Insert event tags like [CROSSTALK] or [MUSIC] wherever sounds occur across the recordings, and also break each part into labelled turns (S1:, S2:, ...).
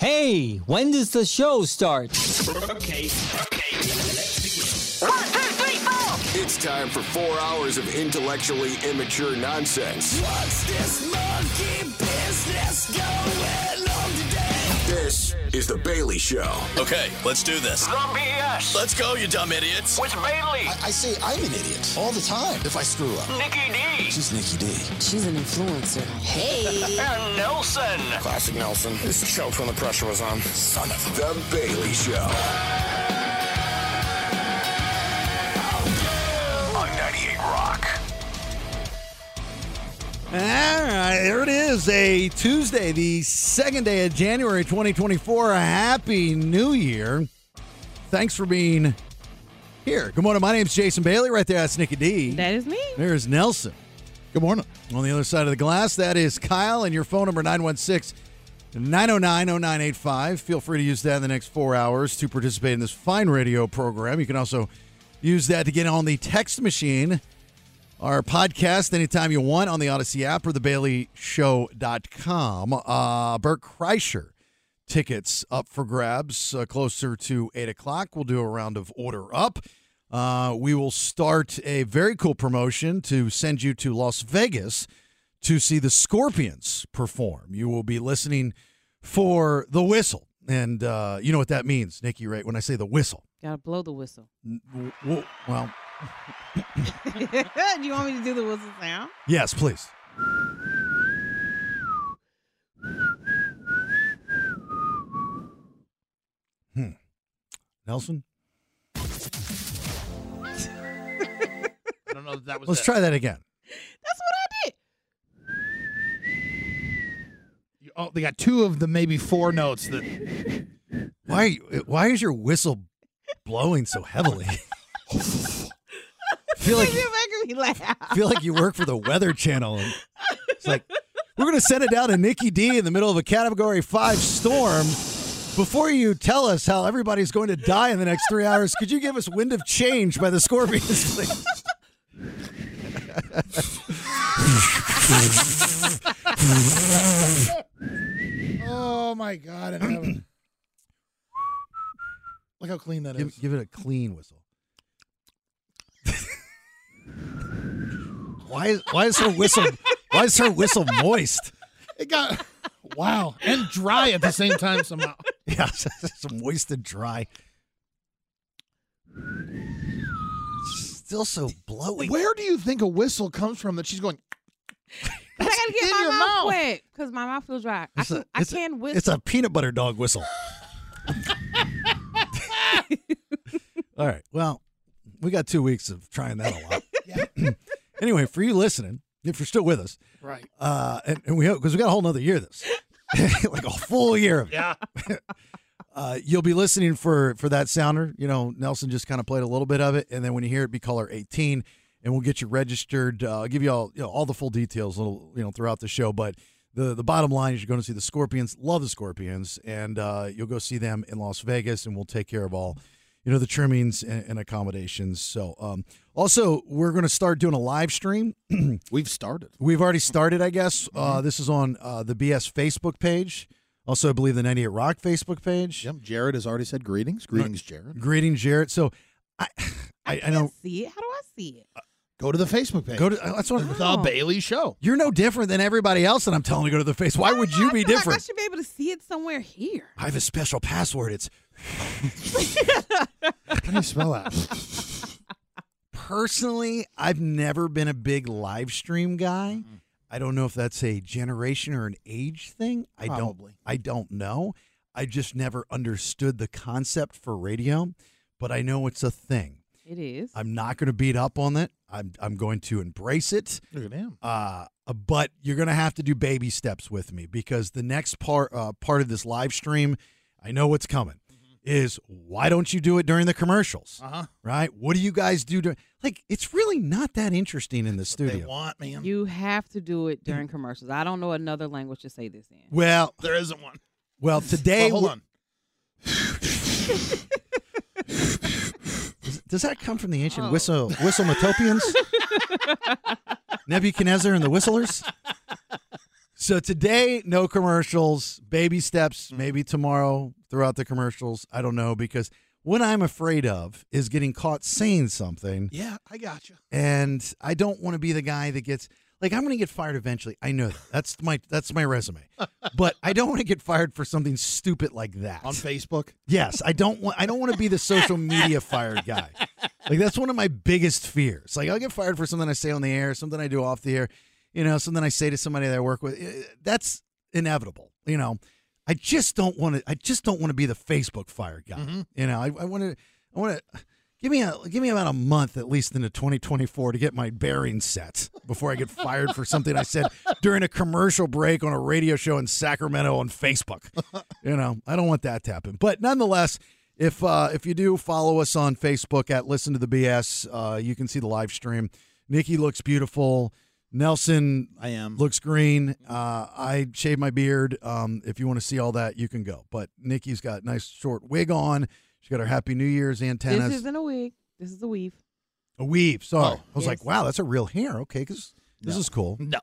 S1: Hey, when does the show start?
S2: Okay, okay, let's begin.
S3: One, two, three, four.
S4: It's time for four hours of intellectually immature nonsense.
S5: What's this monkey business going on today?
S4: This is The Bailey Show.
S6: Okay, let's do this.
S3: Zombie BS
S6: Let's go, you dumb idiots.
S3: with Bailey,
S7: I say I'm an idiot all the time if I screw up.
S3: Nikki D,
S7: She's Nikki D.
S8: She's an influencer. Hey.
S3: and Nelson.
S7: Classic Nelson. This choked when the pressure was on. Son of a.
S4: The Bailey Show.
S3: On 98 Rock.
S9: All right, there it is. A Tuesday, the second day of January 2024. A happy new year. Thanks for being here. Good morning. My name's Jason Bailey. Right there, that's Nikki D.
S10: That is me.
S9: There's Nelson. Good morning. On the other side of the glass, that is Kyle, and your phone number 916 909 0985. Feel free to use that in the next four hours to participate in this fine radio program. You can also use that to get on the text machine, our podcast, anytime you want on the Odyssey app or thebaileyshow.com. Uh, Bert Kreischer tickets up for grabs uh, closer to 8 o'clock. We'll do a round of order up. Uh, we will start a very cool promotion to send you to Las Vegas to see the Scorpions perform. You will be listening for the whistle. And uh, you know what that means, Nikki, right? When I say the whistle.
S10: Gotta blow the whistle.
S9: N- w- w- Well,
S10: do you want me to do the whistle sound?
S9: yes, please. Hmm. Nelson?
S11: I don't know that that was.
S9: Let's
S11: it.
S9: try that again.
S10: That's what I did.
S11: Oh, they got two of the maybe four notes that
S9: Why? are you- eh, Why is your whistle blowing so heavily? [LAUGHS] feel
S10: [LAUGHS]
S9: like
S10: You're making me laugh.
S9: feel like you work for the Weather Channel. And it's like we're gonna send it down to Nikki D in the middle of a Category Five storm. Before you tell us how everybody's going to die in the next three hours, could you give us "Wind of Change" by the Scorpions, please?
S11: [LAUGHS] Oh my god! in heaven. Look how clean that is.
S9: Give, give it a clean whistle. [LAUGHS] why is why is her whistle why is her whistle moist? [LAUGHS]
S11: It got [LAUGHS] wow and dry at the same time somehow.
S9: Yeah, [LAUGHS] it's moist and dry. Still so blowy.
S11: [LAUGHS] Where do you think a whistle comes from that she's going?
S10: I gotta get
S11: in
S10: my
S11: your
S10: mouth,
S11: mouth.
S10: wet because my mouth feels dry. I
S9: It's a-
S10: can, I
S9: it's a-
S10: can whistle.
S9: It's a peanut butter dog whistle. All right. Well, we got two weeks of trying that a lot. [CLEARS THROAT] anyway, for you listening, if you're still with us,
S11: Right.
S9: uh, and, and we because we got a whole nother year of this, [LAUGHS] like a full year of it.
S11: Yeah.
S9: [LAUGHS] Uh, you'll be listening for for that sounder. You know, Nelson just kind of played a little bit of it, and then when you hear it, be caller eighteen, and we'll get you registered. Uh, give you all you know all the full details, little you know throughout the show. But the the bottom line is you're going to see the Scorpions. Love the Scorpions, and uh, you'll go see them in Las Vegas, and we'll take care of all you know the trimmings and, and accommodations. So um, also we're going to start doing a live stream
S11: We've started.
S9: We've already started, I guess. Uh, this is on uh, the BS Facebook page. Also, I believe the 98 Rock Facebook page.
S11: Yep. Jared has already said greetings. Greetings, Jared.
S9: Greeting Jarrett. So I, I, I
S10: can't
S9: know.
S10: see it. How do I see it?
S11: Go to the Facebook page.
S9: Go to uh, that's what
S11: the Bailey Show.
S9: you're no different than everybody else, and I'm telling you, go to the face. Why would you
S10: I
S9: be
S10: feel Like I
S9: different?
S10: should be able to see it somewhere here.
S9: I have a special password. It's
S11: [LAUGHS] How do you spell that? [LAUGHS]
S9: personally, I've never been a big live stream guy. I don't know if that's a generation or an age thing. I don't.
S11: Probably.
S9: I don't know. I just never understood the concept for radio, but I know it's a thing.
S10: It is.
S9: I'm not going to beat up on it. I'm I'm going to embrace it.
S11: Look at him.
S9: Uh, but you're going to have to do baby steps with me because the next part uh, part of this live stream, I know what's coming.
S11: Mm-hmm.
S9: Is why don't you do it during the commercials?
S11: Uh huh.
S9: Right? What do you guys do? During, like, it's really not that interesting in the
S11: They
S9: studio.
S11: want man.
S10: you have to do it
S9: [CLEARS THROAT]
S10: during commercials. I don't know another language to say this in.
S9: Well,
S11: there isn't one. [LAUGHS]
S9: well, today.
S11: Well, hold
S9: we're-
S11: on.
S9: Does, does that come from the
S11: Oh.
S9: ancient whistle
S11: [LAUGHS]
S9: Whistletopians? Nebuchadnezzar and the Whistlers? So today, no commercials, baby
S11: Mm.
S9: steps, maybe tomorrow throughout the commercials. I don't know because what I'm afraid of is getting caught saying something.
S11: Yeah, I got you.
S9: And I don't want to be the guy that gets like I'm going to get fired eventually. I know that. That's my that's my resume. But I don't want to get fired for something stupid like that.
S11: On Facebook?
S9: Yes, I don't want I don't want to be the social media fired guy. Like that's one of my biggest fears. Like I'll get fired for something I say on the air, something I do off the air, you know, something I say to somebody that I work with. Eh, That's inevitable, you know. I just don't want to I just don't want to be the Facebook fired guy. You know, I I want to I want to give me a give me about a month at least into 2024 to get my bearings set before I get fired for something I said during a commercial break on a radio show in Sacramento on Facebook. You know, I don't want that to happen. But nonetheless, if uh, if you do follow us on Facebook at Listen to the BS, uh, you can see the live stream. Nikki looks beautiful. Nelson,
S11: I am.
S9: looks green. Uh, I shaved my beard. Um, if you want to see all that, you can go. But Nikki's got nice short wig on. She's got her Happy New Year's antennas.
S10: This isn't a wig. This is a weave.
S9: A weave. Sorry. I was
S10: Yes.
S9: like, wow, that's a real hair. Okay, because this
S11: Oh. No. [LAUGHS]
S9: is cool.
S11: No.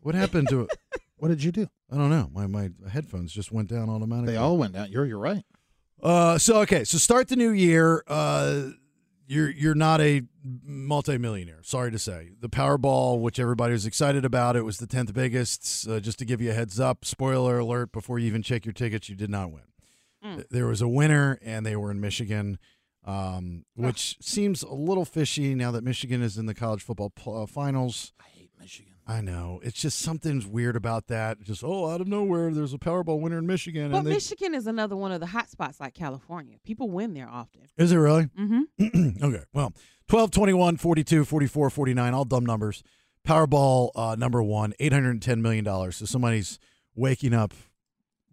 S9: What happened to it?
S11: What did you do?
S9: I don't know. My my headphones just went down automatically.
S11: They all went down. You're you're right.
S9: Uh, so okay, so start the new year. Uh, you're you're not a multimillionaire. Sorry to say, the Powerball, which everybody was excited about, it was the tenth biggest. Uh, just to give you a heads up, spoiler alert: before you even check your tickets, you did not win.
S11: Mm.
S9: Th- There was a winner, and they were in Michigan, um, which seems a little fishy now that Michigan is in the college football pl- uh, finals.
S11: I hate Michigan.
S9: I know it's just something's weird about that. Just oh, out of nowhere, there's a Powerball winner in Michigan,
S10: But
S9: and they,
S10: Michigan is another one of the hot spots like California. People win there often.
S9: is it really?
S10: Mm-hmm.
S9: [CLEARS THROAT] okay. Well, 12, 21, 42, 44, 49, all dumb numbers. Powerball uh, number one, $810 million. So somebody's waking up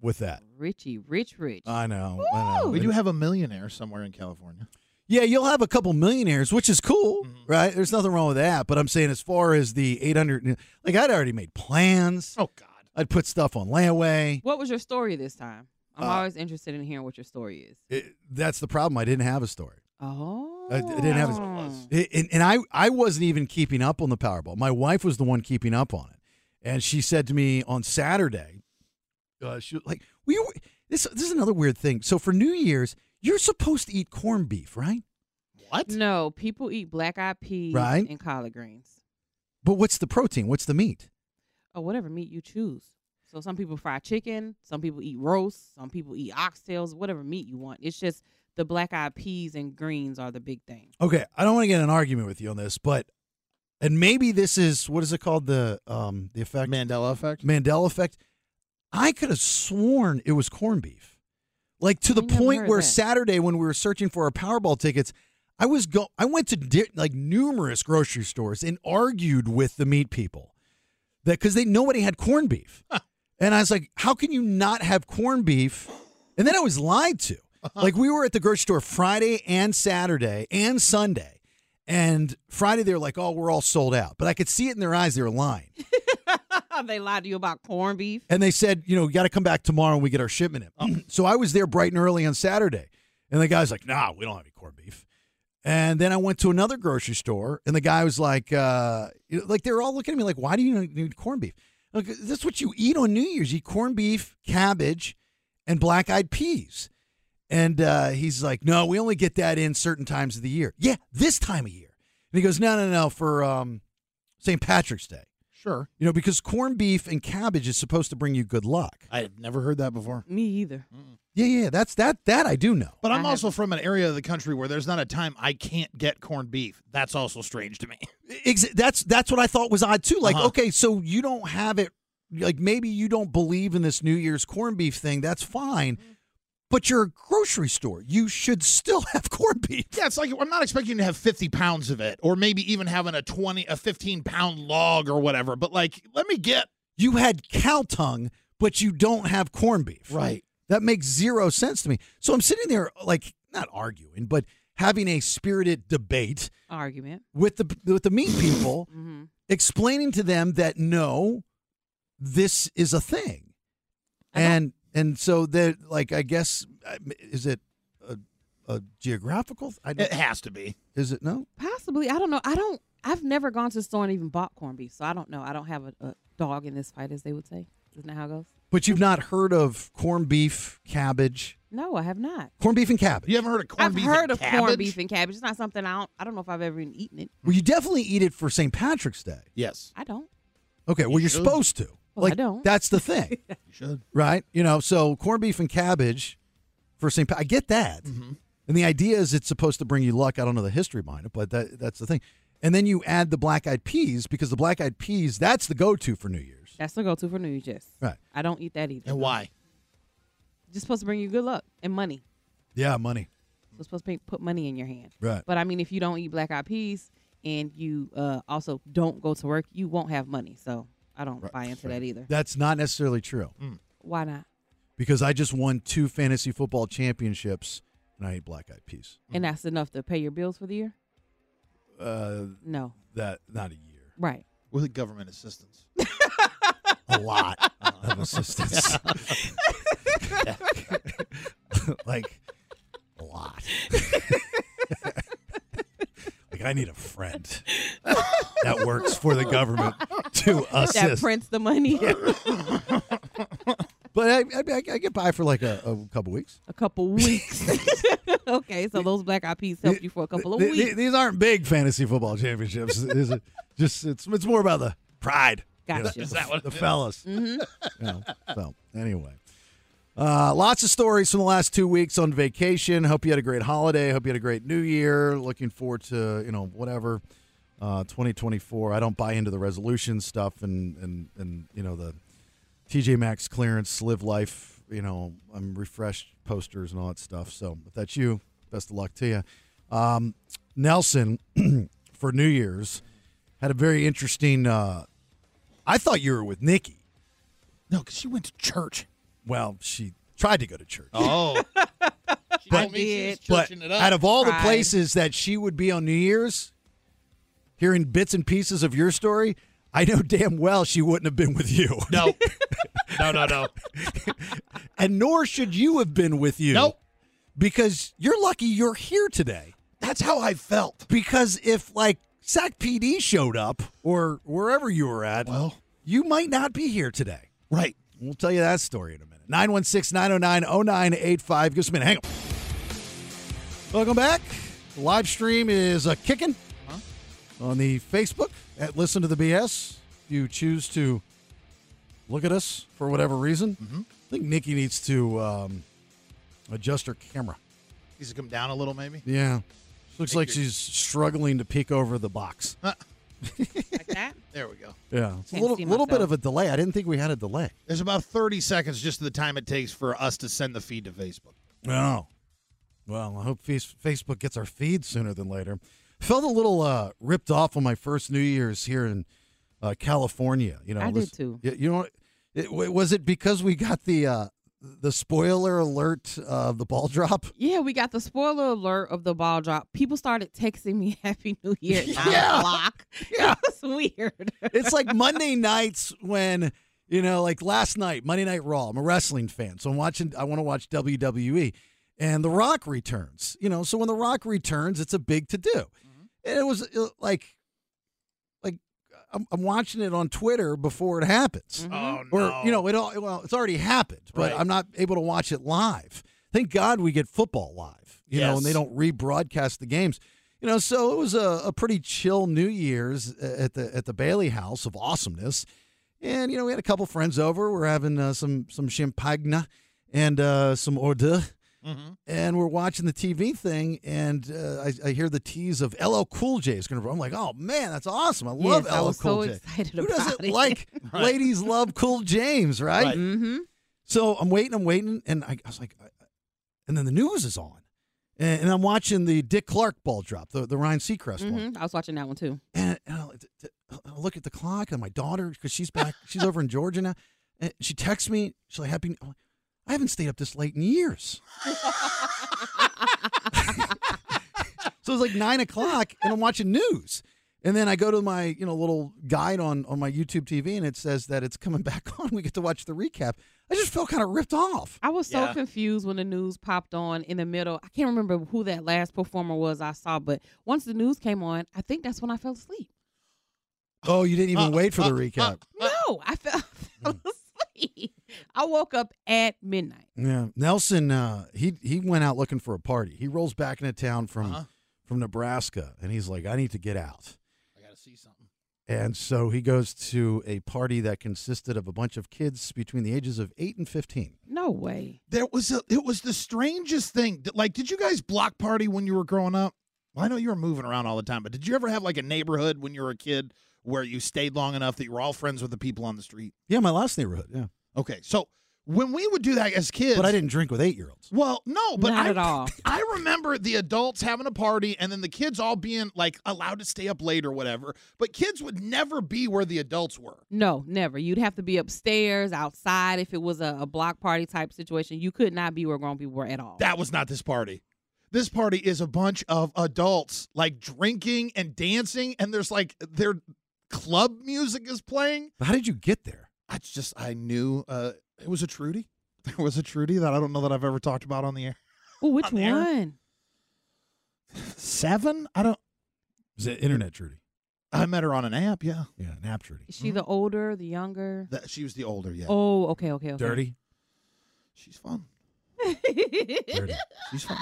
S9: with that.
S10: Richie, rich, rich.
S9: I know. I
S10: Oh,
S9: know.
S11: We do have a millionaire somewhere in California.
S9: Yeah, you'll have a couple millionaires, which is cool, right? There's nothing wrong with that. But I'm saying, as far as the 800, like I'd already made plans,
S11: Oh God.
S9: I'd put stuff on layaway.
S10: what was your story this time? I'm
S9: Uh,
S10: always interested in hearing what your story is.
S9: It- that's the problem. I didn't have a story.
S10: Oh,
S9: I, I didn't have
S10: That's what it was.
S9: it, and, and I I wasn't even keeping up on the Powerball. My wife was the one keeping up on it, and she said to me on Saturday, uh, she was like, "We were- this this is another weird thing. So for New Year's, you're supposed to eat corned beef, right?
S11: What?
S10: No, people eat black eyed peas
S9: Right.
S10: and collard greens
S9: But what's the protein? What's the meat?
S10: or whatever meat you choose. So some people fry chicken, some people eat roast, some people eat oxtails, whatever meat you want. It's just the black eyed peas and greens are the big
S11: [LAUGHS]
S10: thing.
S9: Okay, I don't want to get in an argument with you on this, but and maybe this is what is it called the um the effect
S11: Mandela effect.
S9: Mandela effect. I could have sworn it was corned beef. Like to the
S10: I never
S9: point
S10: heard
S9: where
S10: that.
S9: Saturday when we were searching for our Powerball tickets, I was go I went to di- like numerous grocery stores and argued with the meat people that cuz they nobody had corned beef. And I was like, "How can you not have corned beef?" And then I was lied to.
S10: Uh-huh.
S9: Like we were at the grocery store Friday and Saturday and Sunday. And Friday they were like, "Oh, we're all sold out." But I could see it in their eyes they were lying.
S10: they lied to you about corned beef.
S9: And they said, you know, we got to come back tomorrow and we get our shipment in. so I was there bright and early on Saturday. And the guy's like, nah, we don't have any corned beef. And then I went to another grocery store and the guy was like, uh, you know, like they were all looking at me like, why do you need corned beef? Like, that's what you eat on New Year's. You eat corned beef, cabbage, and black eyed peas. And uh, he's like, no, we only get that in certain times of the year. Yeah, this time of year. And he goes, no, no, no, for um, St. Patrick's Day.
S11: Sure.
S9: You know, because corned beef and cabbage is supposed to bring you good luck.
S11: I had never heard that before.
S10: Me either.
S11: Mm.
S9: Yeah, yeah, that's that that I do know.
S11: But
S10: I
S11: I'm
S10: have-
S11: also from an area of the country where there's not a time I can't get corned beef. That's also strange to me.
S9: Ex- that's that's what I thought was odd too. Like,
S11: Uh-huh.
S9: okay, so you don't have it like maybe you don't believe in this New Year's corned beef thing. That's fine. But you're a grocery store. You should still [LAUGHS] have corned beef.
S11: [LAUGHS] Yeah, it's like I'm not expecting you to have 50 pounds of it, or maybe even having a 20, a 15 pound log or whatever. But like, let me get
S9: You had cow tongue, but you don't have corned beef. That makes zero sense to me. So I'm sitting there like not arguing, but having a spirited debate
S10: Argument.
S9: with the with the meat
S10: [COUGHS]
S9: people
S10: hmm
S9: explaining to them that no, this is a thing,
S10: I don't-
S9: and and so that like I guess uh, is it a, a geographical? I
S11: It
S9: don't,
S10: Uh,
S11: has to be.
S9: is it no?
S10: Possibly. I don't know. I don't. I've never gone to the store and even bought corned beef, so I don't know. I don't have a, a dog in this fight, as they would say. Isn't that how it goes?
S9: But you've not heard of corned beef, cabbage,
S10: No, I have not.
S9: corned beef and cabbage.
S11: You haven't heard of corned
S10: I've
S11: beef?
S10: heard
S11: and
S10: of
S11: cabbage?
S10: corned beef and cabbage. It's not something I don't. I don't know if I've ever even eaten it.
S9: Well, you definitely eat it for St. Patrick's Day.
S11: Yes,
S10: I don't.
S9: Okay, well, you're
S11: should.
S9: supposed to.
S10: Well, I don't.
S9: That's
S10: [LAUGHS]
S9: the thing,
S11: you should.
S9: right? You know, so corned beef and cabbage for St. Pa- I get that. And the idea is it's supposed to bring you luck. I don't know the history behind it, but that, that's the thing. And then you add the black eyed peas because the black eyed peas, that's the go to for New Year's.
S10: That's the go-to for New Year's. Yes.
S9: Right.
S10: I don't eat that either.
S11: And why?
S10: Just supposed to bring you good luck and money.
S9: Yeah, money.
S10: So it's supposed to be- put money in your hand.
S9: Right.
S10: But I mean, if you don't eat black eyed peas and you uh, also don't go to work, you won't have money. So I don't buy into that either.
S9: That's Mm. not necessarily true
S10: Why not?
S9: because I just won two fantasy football championships and I ate black eyed peas.
S10: And that's enough to pay your bills for the year?
S9: Uh,
S10: No.
S9: that, not a year,
S10: Right.
S11: With government assistance.
S9: a lot of assistance. [LAUGHS] like, a lot. like, I need a friend that works for the government to
S10: That
S9: assist.
S10: prints
S9: [LAUGHS]
S10: the money
S9: But I, I, I get by for like a, a couple weeks.
S10: a couple weeks. [LAUGHS] okay, so those black eyed peas helped you for a couple of
S9: Th- th-
S10: weeks.
S9: These aren't big fantasy football championships. These are just it's it's more about the pride. [LAUGHS]
S10: Gotcha. Is that
S9: what the fellas? [LAUGHS] You know, so anyway, uh, lots of stories from the last two weeks on vacation. Hope you had a great holiday. Hope you had a great New Year. Looking forward to you know whatever. Uh, 2024. I don't buy into the resolution stuff and and and you know the TJ Maxx clearance, live life, you know, I'm refreshed posters and all that stuff. So if that's you, best of luck to you. Um, Nelson [CLEARS THROAT] for New Year's had a very interesting. Uh, I thought you were with Nikki.
S11: No, because she went to church.
S9: Well, she tried to go to church.
S11: [LAUGHS] Oh, she
S9: But-
S11: told me she was
S9: but
S11: churching it up.
S9: out of all the
S10: Tried.
S9: places that she would be on New Year's, hearing bits and pieces of your story, I know damn well she wouldn't have been with you.
S11: [LAUGHS] no, [LAUGHS] no, no, no.
S9: and nor should you have been with you.
S11: Nope.
S9: Because you're lucky you're here today.
S11: That's how I felt.
S9: Because if like Sac PD showed up or wherever you were at,
S11: Well.
S9: you might not be here today.
S11: Oh, Right.
S9: We'll tell you that story in a minute. 916 909 0985. Give us a minute. Hang on. Welcome back. The live stream is uh, kicking
S10: Uh-huh.
S9: on the Facebook at Listen to the BS. If you choose to look at us for whatever reason,
S10: Mm-hmm.
S9: I think Nikki needs to um, adjust her camera.
S11: Needs to come down a little, maybe.
S9: Yeah. Looks
S11: Make
S9: like
S11: your-
S9: she's struggling to peek over the box.
S10: Like that?
S11: There we go.
S9: Yeah. It's a
S10: Can't
S9: little,
S10: see
S9: little bit of
S10: myself.
S9: a delay. I didn't think we had a delay.
S11: There's about 30 seconds just to the time it takes for us to send the feed to Facebook.
S9: No. Well, I hope Face- Facebook gets our feed sooner than later. Felt a little uh, ripped off on my first New Year's here in uh, California. You know,
S10: I did
S9: this-
S10: too.
S9: y- You know, what? it, w- was it because we got the uh, the spoiler alert of the ball [LAUGHS] drop?
S10: Yeah, we got the spoiler alert of the ball drop. People started texting me [LAUGHS] Happy New
S9: [LAUGHS]
S10: Year at 9
S9: Yeah. [LAUGHS]
S10: o'clock.
S9: Yeah.
S10: It was weird.
S9: It's like Monday nights when you know, like last night, Monday Night Raw. I'm a wrestling fan, so I'm watching. I want to watch WWE, and The Rock returns. You know, so when The Rock returns, it's a big to do, and it was uh, like, like I'm, I'm watching it on Twitter before it happens,
S11: Oh, no.
S9: Mm-hmm. or you know, it all. Well, it's already happened, but
S11: Right.
S9: I'm not able to watch it live. Thank God we get football live, you know, and they
S11: Yes.
S9: don't rebroadcast the games. You know, so it was a, a pretty chill New Year's uh, at the at the Bailey House of awesomeness, and you know we had a couple friends over. We're having uh, some some champagne and uh, some hors d'oeuvres,
S11: Mm-hmm.
S9: and we're watching the TV thing. And uh, I, I hear the tease of LL Cool J is going to. I'm like, oh man, that's awesome! I love
S10: [LAUGHS] Yes,
S9: LL
S10: I was
S9: Cool
S10: so
S9: J.
S10: excited
S9: Who
S10: about
S9: doesn't
S10: it. [LAUGHS]
S9: like ladies love Cool James, right?
S11: Right.
S10: Mm-hmm.
S9: So I'm waiting, I'm waiting, and I, I was like, I- I- and then the news is on, and, and I'm watching the Dick Clark ball drop, the, the Ryan Seacrest one,
S10: hmm I was watching that one too.
S9: and, and I, I uh, look at the clock, and my daughter, because she's back, she's over in Georgia now, and she texts me, she's like, "Happy." I'm like, I haven't stayed up this late in years. [LAUGHS] so it's like nine o'clock, and I'm watching news. And then I go to my, you know, little guide on on my YouTube TV, and it says that it's coming [LAUGHS] back on. We get to watch the recap. I just felt kind of ripped off.
S10: I was so
S11: Yeah.
S10: confused when the news popped on in the middle. I can't remember who that last performer was I saw, but once the news came on, I think that's when I fell asleep.
S9: Oh, you didn't even
S11: Uh,
S9: wait for the
S11: uh,
S9: recap. mm.
S10: [LAUGHS] No, I fell, I fell asleep. I woke up at midnight.
S9: Yeah, Nelson. Uh, he he went out looking for a party. He rolls back into town from
S11: Uh-huh.
S9: from Nebraska, and he's like, "I need to get out."
S11: I gotta see something.
S9: And so he goes to a party that consisted of a bunch of kids between the ages of eight and fifteen.
S10: No way.
S11: There was a, it was the strangest thing. D- Like, did you guys block party when you were growing up? Well, I know you were moving around all the time, but did you ever have like a neighborhood when you were a kid where you stayed long enough that you were all friends with the people on the street?
S9: Yeah, my last neighborhood. Yeah,
S11: Okay, so when we would do that as kids,
S9: but I didn't drink with eight year olds.
S11: Well,
S9: Oh,
S11: no, but
S10: Not
S11: I,
S10: at all.
S11: [LAUGHS] I remember the adults having a party and then the kids all being like allowed to stay up late or whatever. But kids would never be where the adults were.
S10: No, never. You'd have to be upstairs, outside. If it was a, a block party type situation, you could not be where grown people were at all.
S11: That was not this party. This party is a bunch of adults like drinking and dancing, and there's like their club music is playing.
S9: How did you get there?
S11: I just I knew uh, it was a Trudy. [LAUGHS] There was a Trudy that I don't know that I've ever talked about on the air.
S10: Ooh, which
S11: on air.
S10: one?
S11: Seven? I don't.
S9: Was it internet, Trudy?
S11: I met her on an app. Yeah, Mm-hmm.
S9: Yeah, an app,
S11: [LAUGHS]
S9: Trudy.
S10: Is she
S11: Hmm?
S10: the older, the younger?
S11: that, she was the older. Yeah,
S10: Oh, okay, okay, okay. [LAUGHS]
S9: Dirty,
S11: she's fun.
S9: dirty.
S11: She's fun.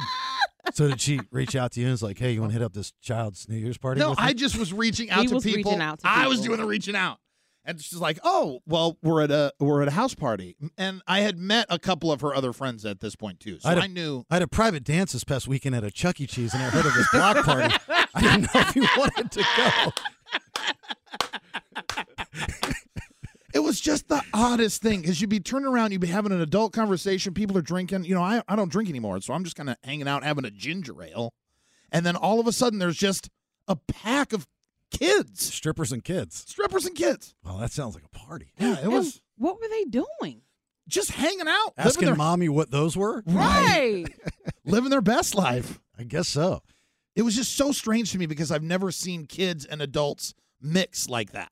S9: so did she reach out to you and was like, "Hey, you want to hit up this child's New Year's party?"
S11: No,
S9: with me?"
S11: I just was reaching out
S10: He
S11: to
S10: was reaching
S11: people.
S10: out to
S11: I was
S10: people.
S11: doing the reaching out. And she's like, "Oh, well, we're at a we're at a house party." And I had met a couple of her other friends at this point too. So
S9: I'd-
S11: I knew
S9: I had a private dance this past weekend at a Chuck E. Cheese, and I heard of this
S11: [LAUGHS]
S9: block party. I didn't know if you wanted to go.
S11: it was just the oddest thing because you'd be turning around, you'd be having an adult conversation, people are drinking. You know, I, I don't drink anymore, so I'm just kind of hanging out having a ginger ale. And then all of a sudden there's just a pack of kids,
S9: Strippers and kids.
S11: strippers and kids.
S9: Well, that sounds like a party.
S11: Yeah, it
S10: And
S11: was
S10: What were they doing?
S11: just hanging out, living
S9: Asking
S11: their,
S9: mommy what those were?
S10: Right.
S11: living their best life.
S9: I guess so.
S11: It was just so strange to me because I've never seen kids and adults mix like that.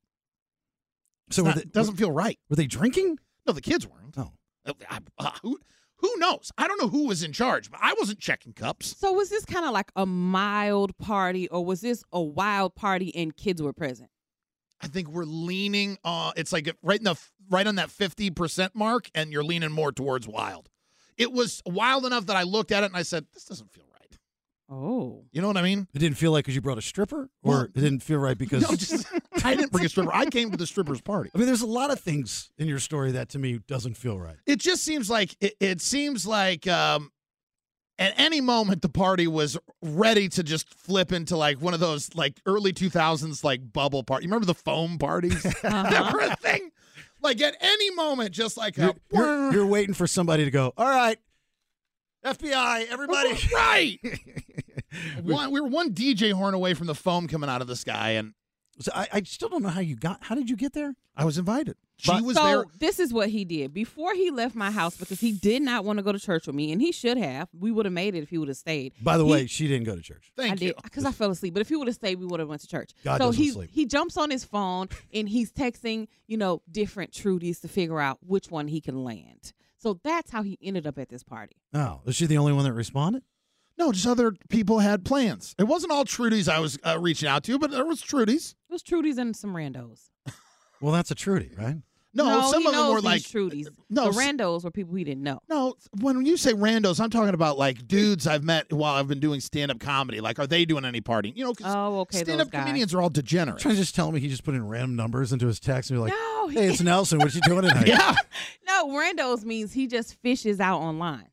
S9: So
S11: It's
S9: were
S11: not-
S9: they,
S11: it doesn't feel right.
S9: were they drinking?
S11: No, the kids weren't.
S9: Oh.
S11: Uh, I- uh, who, who knows? I don't know who was in charge, but I wasn't checking cups.
S10: so was this kind of like a mild party, or was this a wild party and kids were present?
S11: I think we're leaning. Uh, it's like right in the right on that fifty percent mark, and you're leaning more towards wild. It was wild enough that I looked at it and I said, "This doesn't feel right."
S10: Oh,
S11: You know what I mean?
S9: It didn't feel like because you brought a stripper, or
S11: Well,
S9: it didn't feel right because
S11: No, just [LAUGHS] I didn't bring a stripper. I came to the stripper's party.
S9: I mean, there's a lot of things in your story that to me doesn't feel right.
S11: it just seems like it, it seems like um at any moment the party was ready to just flip into like one of those like early 2000s like bubble party you remember the foam parties [LAUGHS] that were a thing like at any moment just like a,
S9: You're, you're- you're waiting for somebody to go. All right, FBI, everybody.
S11: [LAUGHS] right one, we were one dj horn away from the foam coming out of the sky and
S9: So I, I still don't know how you got. How did you get there?
S11: i was invited she
S9: But-
S11: was
S10: so
S11: there
S10: this is what he did before he left my house because he did not want to go to church with me, and he should have. We would have made it if he would have stayed.
S9: By the
S10: He-
S9: way, she didn't go to church.
S11: thank
S10: I
S11: you
S10: did because I fell asleep. But if he would have stayed, we would have went to church.
S9: God
S10: so
S9: doesn't
S10: he
S9: sleep.
S10: he jumps on his phone and he's texting, you know, different Trudies to figure out which one he can land. So that's how he ended up at this party.
S9: Oh, is she the only one that responded?
S11: no just other people had plans it wasn't all trudy's i was uh, reaching out to but there was trudy's
S10: It was Trudies and some randos.
S9: Well, that's a Trudy, right?
S11: no, some
S10: he
S11: of them
S10: knows
S11: were
S10: these
S11: like uh,
S10: Trudies.
S11: no, s-
S10: the randos were people he didn't know.
S11: No, when you say randos, I'm talking about like dudes I've met while I've been doing stand up comedy. Like, are they doing any partying? You know, 'cause
S10: Oh, okay, those
S11: stand up
S10: guys.
S11: comedians are all degenerates.
S9: Trying to just tell me he just put in random numbers into his text and you're like,
S10: No, he-
S9: hey, it's Nelson. What you doing
S11: [LAUGHS]
S9: tonight?
S11: yeah.
S10: [LAUGHS] No, randos means he just fishes out online.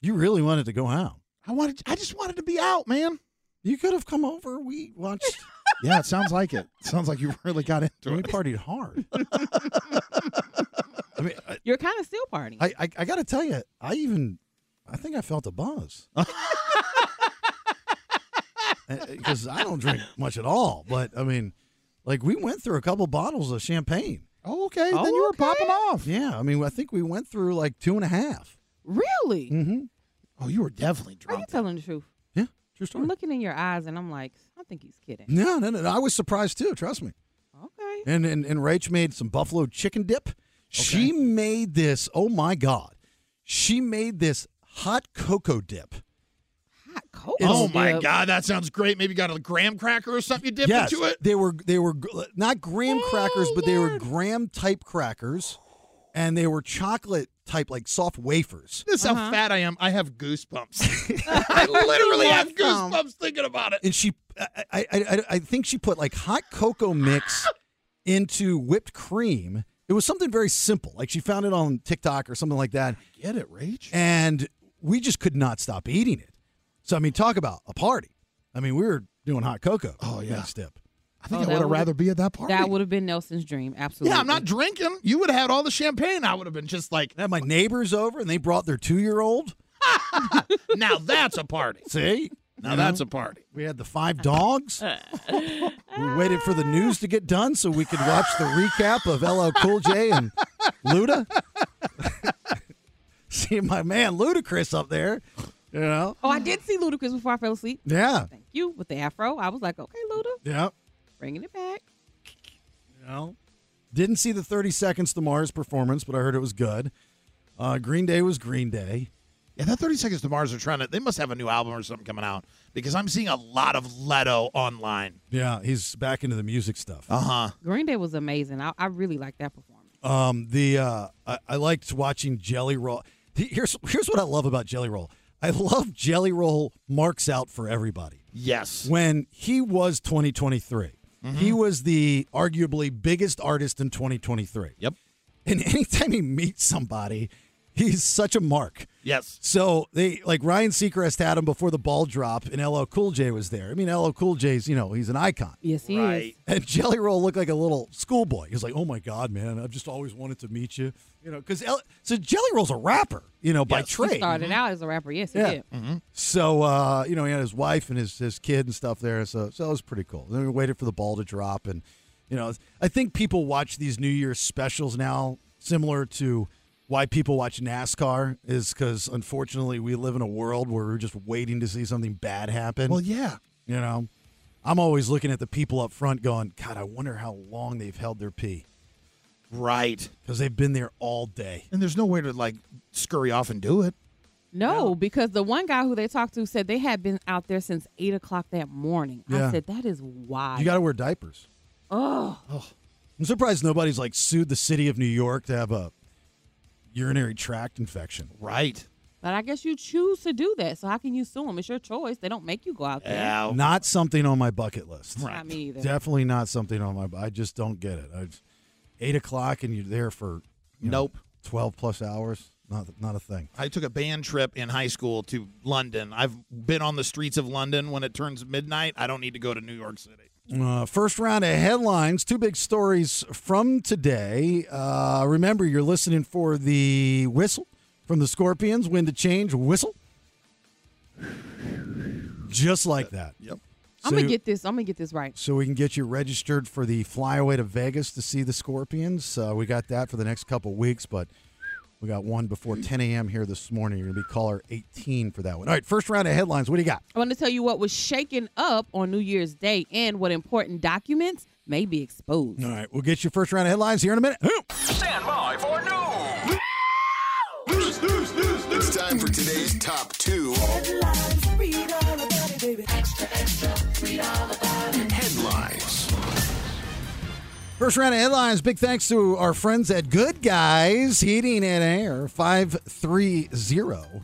S9: You really wanted to go out.
S11: I wanted, I just wanted to be out, man.
S9: You could have come over. We watched.
S11: Yeah, it sounds like it. Sounds like you [LAUGHS] really got into
S9: we
S11: it.
S9: partied
S11: [LAUGHS]
S9: hard. I mean, I,
S10: You're kind of still partying.
S9: I, I, got to tell you, I even, I think I felt a
S11: [LAUGHS]
S9: buzz. Eh, Because eh, I don't drink much at all. But I mean, like we went through a couple bottles of champagne.
S11: Oh, okay. then you were
S10: okay.
S11: popping off.
S9: Yeah. I mean, I think we went through like two and a half.
S10: really?
S11: Oh, you were definitely
S10: Are you
S11: drunk.
S10: telling the truth?
S9: Yeah. True
S10: I'm
S9: story.
S10: looking in your eyes and I'm like, I think he's kidding.
S9: No, no, no, no. I was surprised too. Trust me.
S10: Okay.
S9: And and, and Rach made some buffalo chicken dip. She made this. Oh my god, she made this hot cocoa dip.
S10: Hot cocoa.
S11: oh my
S10: dip.
S11: god, that sounds great. Maybe you got a graham cracker or something you dipped
S9: yes,
S11: into it. Oh
S9: they were they were gr- not graham crackers, but they were graham type crackers. and they were chocolate type, like soft wafers.
S11: This is
S10: Uh-huh.
S11: how fat I am. I have
S10: [LAUGHS]
S11: goosebumps. I literally have
S10: some.
S11: goosebumps thinking about it.
S9: And she, I, I, I, I think she put like hot cocoa
S11: [GASPS]
S9: mix into whipped cream. It was something very simple. Like she found it on TikTok or something like that.
S11: Get it,
S10: Oh,
S11: Rach?
S9: and we just could not stop eating it. So I mean, talk about a party. I mean, we were doing hot cocoa.
S11: Oh, yeah.
S9: next step.
S11: I think
S10: Oh,
S11: I would
S10: that
S11: have
S10: would've-
S11: rather be at that party.
S10: That would have been Nelson's dream. Absolutely.
S11: yeah, I'm not drinking. You would have had all the champagne. I would have been just like,
S9: I had my neighbors over, and they brought their two-year-old.
S11: now that's a [LAUGHS] party.
S9: See,
S11: Now that's a party.
S9: we had the five dogs. we waited for the news to get done so we could watch the recap of LL Cool J and Luda. [LAUGHS] Seeing my man Ludacris up there, you know.
S10: Oh, I did see Ludacris before I fell asleep.
S9: Yeah,
S10: Thank you with the afro. I was like, okay, Luda,
S9: yeah.
S10: bringing it back.
S9: No. Didn't see the 30 seconds to Mars performance, but I heard it was good. Uh, Green Day was Green Day.
S11: Yeah, that 30 Seconds to Mars are trying to, they must have a new album or something coming out because I'm seeing a lot of Leto online.
S9: Yeah, he's back into the music stuff.
S11: Uh huh.
S10: Green Day was amazing. I, I really liked that performance.
S9: Um, the uh, I, I liked watching Jelly Roll. He- Here's here's what I love about Jelly Roll. I love Jelly Roll marks out for everybody.
S11: Yes.
S9: When he was 2023, he was the arguably biggest artist in 2023.
S11: Yep.
S9: And anytime he meets somebody, he's such a mark.
S11: Yes.
S9: So they like Ryan Seacrest had him before the ball drop, and LL Cool J was there. I mean, LL Cool J's, you know, he's an icon.
S10: Yes, he is.
S11: Right.
S9: And Jelly Roll looked like a little schoolboy. He was like, "Oh my God, man! I've just always wanted to meet you." You know, because L- so Jelly Roll's a rapper, you know, by
S11: Yes. He
S9: trade.
S10: He started
S11: Mm-hmm.
S10: out as a rapper. Yes, he
S9: Yeah.
S10: did.
S9: So uh, you know, he had his wife and his his kid and stuff there. So so that was pretty cool. Then we waited for the ball to drop, and you know, I think people watch these New Year's specials now, similar to why people watch NASCAR, is because unfortunately we live in a world where we're just waiting to see something bad happen.
S11: Well, yeah.
S9: you know, I'm always looking at the people up front, going, God, I wonder how long they've held their pee
S11: Right.
S9: because they've been there all day.
S11: And there's no way to like scurry off and do it.
S10: No, because the one guy who they talked to said they had been out there since eight o'clock that morning.
S9: Yeah.
S10: I said that is wild.
S9: You got to wear diapers.
S10: oh,
S9: I'm surprised nobody's like sued the city of New York to have a urinary tract infection.
S11: Right.
S10: but I guess you choose to do that. So how can you sue them? It's your choice. They don't make you go out there.
S11: Yeah.
S9: Not something on my bucket list.
S10: Not me either.
S9: Definitely not something on my. I just don't get it. I, eight o'clock and you're there for you know,
S11: Nope.
S9: twelve plus hours. Not not a thing.
S11: I took a band trip in high school to London. I've been on the streets of London when it turns midnight. I don't need to go to New York City.
S9: Uh, first round of headlines. Two big stories from today. Uh, remember, you're listening for the whistle from the Scorpions. When to change whistle. Just like that.
S11: Yep.
S10: I'm gonna
S9: So-
S10: get this. I'm gonna get this right.
S9: so we can get you registered for the flyaway to Vegas to see the Scorpions. Uh, we got that for the next couple weeks, but we got one before 10 a.m. here this morning. You're going to be caller 18 for that one. All right, first round of headlines. What do you got?
S10: I want to tell you what was shaken up on New Year's Day and what important documents may be exposed.
S9: All right, we'll get you first round of headlines here in a minute. Who?
S3: Stand by for news.
S4: It's time for today's top two headlines.
S9: First round of headlines. Big thanks to our friends at Good Guys Heating and Air 530.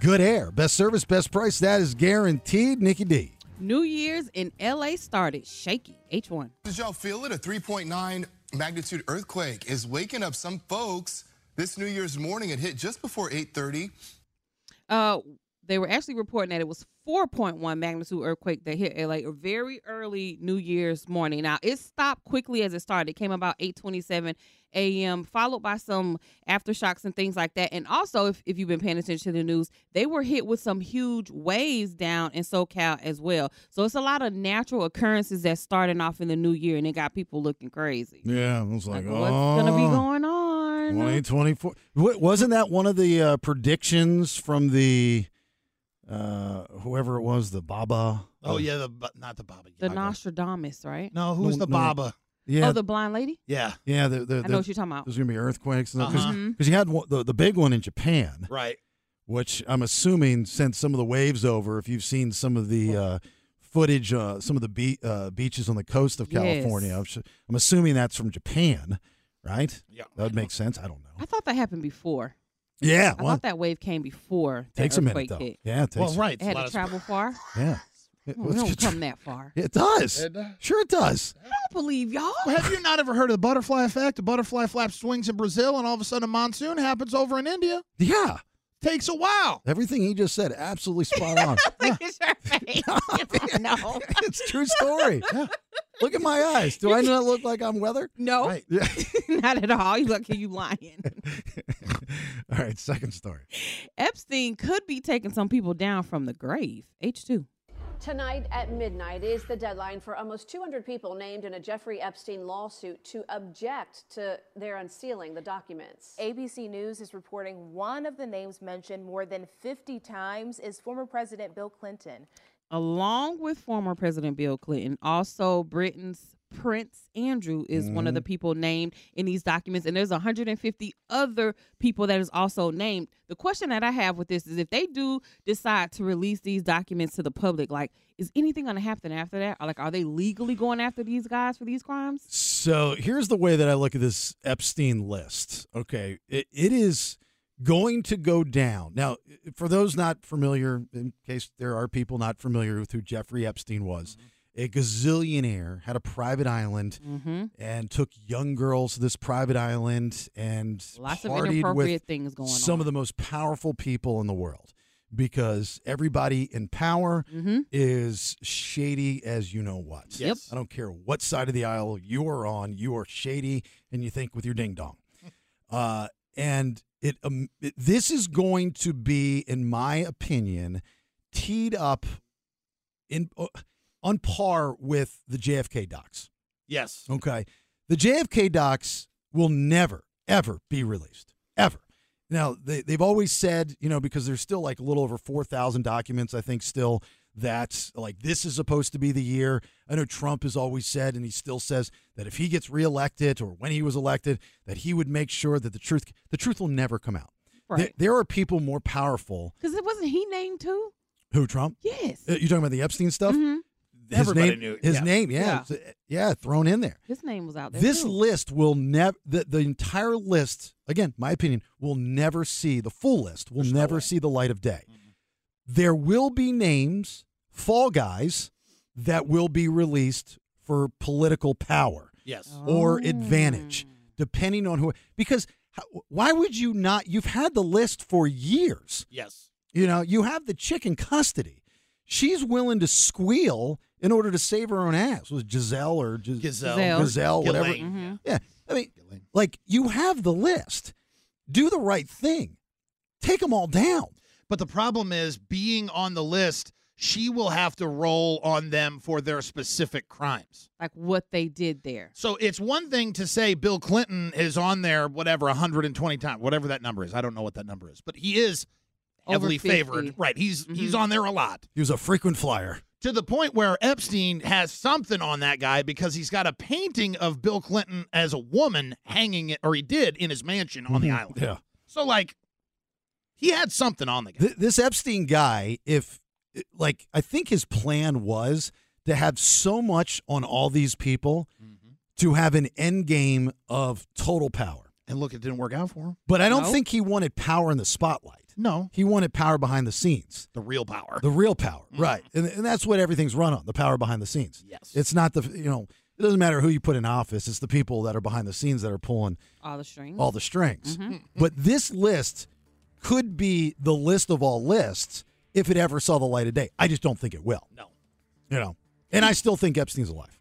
S9: Good air. Best service, best price. That is guaranteed. Nikki D.
S10: New Year's in LA started shaky. H1.
S12: Did y'all feel it? A 3.9 magnitude earthquake is waking up some folks this New Year's morning. It hit just before 8:30.
S10: Uh, they were actually reporting that it was 4.1 magnitude earthquake that hit LA very early New Year's morning. Now it stopped quickly as it started. It came about 8:27 a.m. followed by some aftershocks and things like that. And also, if, if you've been paying attention to the news, they were hit with some huge waves down in SoCal as well. So it's a lot of natural occurrences that's starting off in the new year, and it got people looking crazy.
S9: Yeah, I was
S10: Like, what's gonna
S9: "Oh."
S10: be going on?
S9: 2024. Wa- Wasn't that one of the uh, predictions from the uh, whoever it was, the Baba?
S11: Oh yeah, the bu- not the Baba.
S10: the
S11: Yaga.
S10: Nostradamus, right?
S11: No, who's
S9: No,
S11: the
S9: no.
S11: Baba?
S9: yeah,
S10: Oh, the blind lady.
S11: Yeah.
S9: yeah. The, the,
S10: I
S9: the-
S10: know what you're talking about.
S9: there's gonna be earthquakes because
S11: Uh-huh.
S9: you had one, the the big one in Japan,
S11: Right.
S9: which I'm assuming sent some of the waves over. If you've seen some of the uh, footage, uh, some of the be- uh, beaches on the coast of
S10: Yes.
S9: California, I'm, su- I'm assuming that's from Japan, right?
S11: Yeah.
S9: That would make sense. I don't know.
S10: I thought that happened before.
S9: Yeah.
S10: I
S9: well,
S10: thought that wave came before. the
S9: Takes a minute,
S10: earthquake
S9: though.
S10: hit.
S9: Yeah, it takes-
S11: Well, right,
S10: It
S11: it's a
S10: had
S11: lot
S10: to
S11: of-
S10: travel far.
S9: yeah. It,
S10: We
S9: let's
S10: don't
S9: get-
S10: come
S9: [LAUGHS]
S10: that far.
S9: it does.
S11: It does.
S9: Sure, it does.
S10: I don't believe y'all.
S9: [LAUGHS]
S11: Well, have you not ever heard of the butterfly effect? The butterfly flap swings in Brazil, and all of a sudden a monsoon happens over in India.
S9: Yeah.
S11: Takes a while.
S9: Everything he just said, absolutely spot
S10: [LAUGHS]
S9: on.
S10: Look at
S9: [LAUGHS]
S10: your face. [LAUGHS] no.
S9: it's a true story. Look at my eyes. Do I not look like I'm weather?
S10: No.
S9: Right. [LAUGHS] Yeah.
S10: [LAUGHS] Not at all. You lucky
S9: [LAUGHS]
S10: you lying.
S9: All right. Second story.
S10: Epstein could be taking some people down from the grave. H2.
S13: Tonight at midnight is the deadline for almost 200 people named in a Jeffrey Epstein lawsuit to object to their unsealing the documents.
S14: ABC News is reporting one of the names mentioned more than 50 times is former President Bill Clinton.
S10: Along with former President Bill Clinton, also Britain's Prince Andrew is one
S9: Mm-hmm.
S10: of the people named in these documents, and there's 150 other people that is also named. The question that I have with this is if they do decide to release these documents to the public, like, is anything going to happen after that? Or, like, are they legally going after these guys for these crimes?
S9: So here's the way that I look at this Epstein list. Okay, it, it is going to go down. Now, for those not familiar, in case there are people not familiar with who Jeffrey Epstein was,
S10: Mm-hmm.
S9: a gazillionaire had a private island and took young girls to this private island and
S10: Lots of
S9: partied
S10: inappropriate
S9: with
S10: things going
S9: some of the most powerful people in the world because everybody in power is shady as you know what.
S10: Mm-hmm. Yep.
S9: I don't care what side of the aisle you are on, you are shady and you think with your ding dong. Uh, and it, um, it this is going to be, in my opinion, teed up in uh, on par with the JFK docs.
S11: Yes.
S9: Okay. The JFK docs will never, ever be released. Ever. Now, they, they've always said, you know, because there's still like a little over 4,000 documents, I think, still, that's like this is supposed to be the year. I know Trump has always said, and he still says, that if he gets reelected or when he was elected, that he would make sure that the truth, the truth will never come out. There-
S10: Right.
S9: There, are people more powerful
S10: Because it wasn't he named too?
S9: who Trump.
S10: Yes.
S9: Uh, you talking about the Epstein stuff?
S10: Mhm.
S9: His
S11: Everybody
S9: name,
S11: knew,
S9: His
S11: yeah.
S9: name, yeah, uh, yeah, thrown in there.
S10: His name was out there.
S9: This
S10: too.
S9: list will never, the, the entire list, again, my opinion, will never see the full list, will never see the light of day. There will be names, fall guys, that will be released for political power
S11: Yes.
S10: Oh.
S9: or advantage, depending on who, because how, why would you not? You've had the list for years.
S11: Yes.
S9: You know, you have the chick in custody. She's willing to squeal in order to save her own ass. Was Giselle or Gis-
S11: Gazelle.
S10: Gazelle. mm-hmm.
S9: Gazelle, whatever.
S11: Ghislaine.
S9: Yeah. I mean, like you have the list. Do the right thing. Take them all down.
S11: But the problem is, being on the list, she will have to roll on them for their specific crimes.
S10: like what they did there.
S11: So it's one thing to say Bill Clinton is on there, whatever, 120 times, whatever that number is. I don't know what that number is, but he is
S10: Over
S11: heavily
S10: 50.
S11: favored. Right. He's he's on there a lot.
S9: He was a frequent flyer.
S11: To the point where Epstein has something on that guy because he's got a painting of Bill Clinton as a woman hanging it, or he did in his mansion on
S9: Mm-hmm.
S11: the island.
S9: Yeah.
S11: So like he had something on the guy.
S9: Th- this Epstein guy, if like, I think his plan was to have so much on all these people
S11: Mm-hmm.
S9: to have an end game of total power.
S11: And look, it didn't work out for him.
S9: But I don't
S10: No.
S9: think he wanted power in the spotlight.
S11: No.
S9: He wanted power behind the scenes.
S11: The real power.
S9: The real power, right? And, and that's what everything's run on—the power behind the scenes.
S11: Yes.
S9: it's not the you know it doesn't matter who you put in office; it's the people that are behind the scenes that are pulling
S10: All the strings.
S9: all the strings. But this list could be the list of all lists if it ever saw the light of day. I just don't think it will.
S11: No.
S9: You know, and I still think Epstein's alive.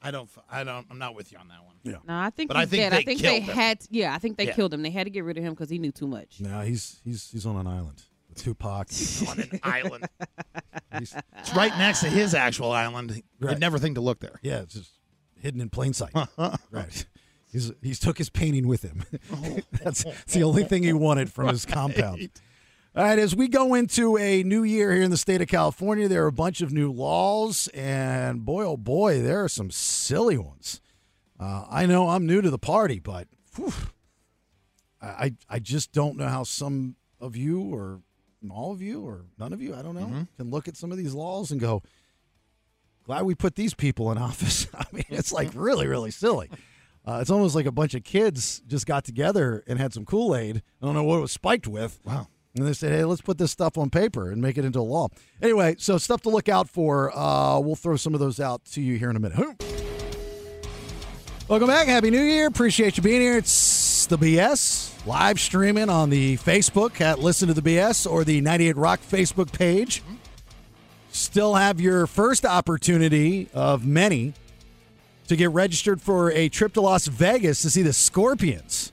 S11: I don't f- I don't I'm not with you on that one.
S10: no, I think
S11: But I
S10: he's
S11: think
S10: dead.
S11: they
S10: I think they
S11: killed him.
S10: had. Yeah, I think they
S11: Yeah.
S10: killed him. They had to get rid of him because he knew too much.
S9: No, he's he's he's on an island with Tupac.
S11: On an island.
S9: He's-
S11: It's right next to his actual island.
S9: Right.
S11: I'd never think to look there.
S9: yeah, it's just hidden in plain sight. right. He's, he's took his painting with him. [LAUGHS] That's it's the only thing he wanted from his compound. All right, as we go into a new year here in the state of California, there are a bunch of new laws, and boy, oh boy, there are some silly ones. Uh, I know I'm new to the party, but whew, I I I just don't know how some of you, or all of you, or none of you, I don't know, can look at some of these laws and go, [LAUGHS] glad we put these people in office. I mean, it's like really, really silly. Uh, it's almost like a bunch of kids just got together and had some Kool Aid. I don't know what it was spiked with.
S11: Wow.
S9: And they said, hey, let's put this stuff on paper and make it into a law. Anyway, so stuff to look out for. Uh, we'll throw some of those out to you here in a minute. Welcome back. Happy New Year. Appreciate you being here. It's the BS live streaming on the Facebook at Listen to the BS or the 98 Rock Facebook page. Still have your first opportunity of many to get registered for a trip to Las Vegas to see the Scorpions.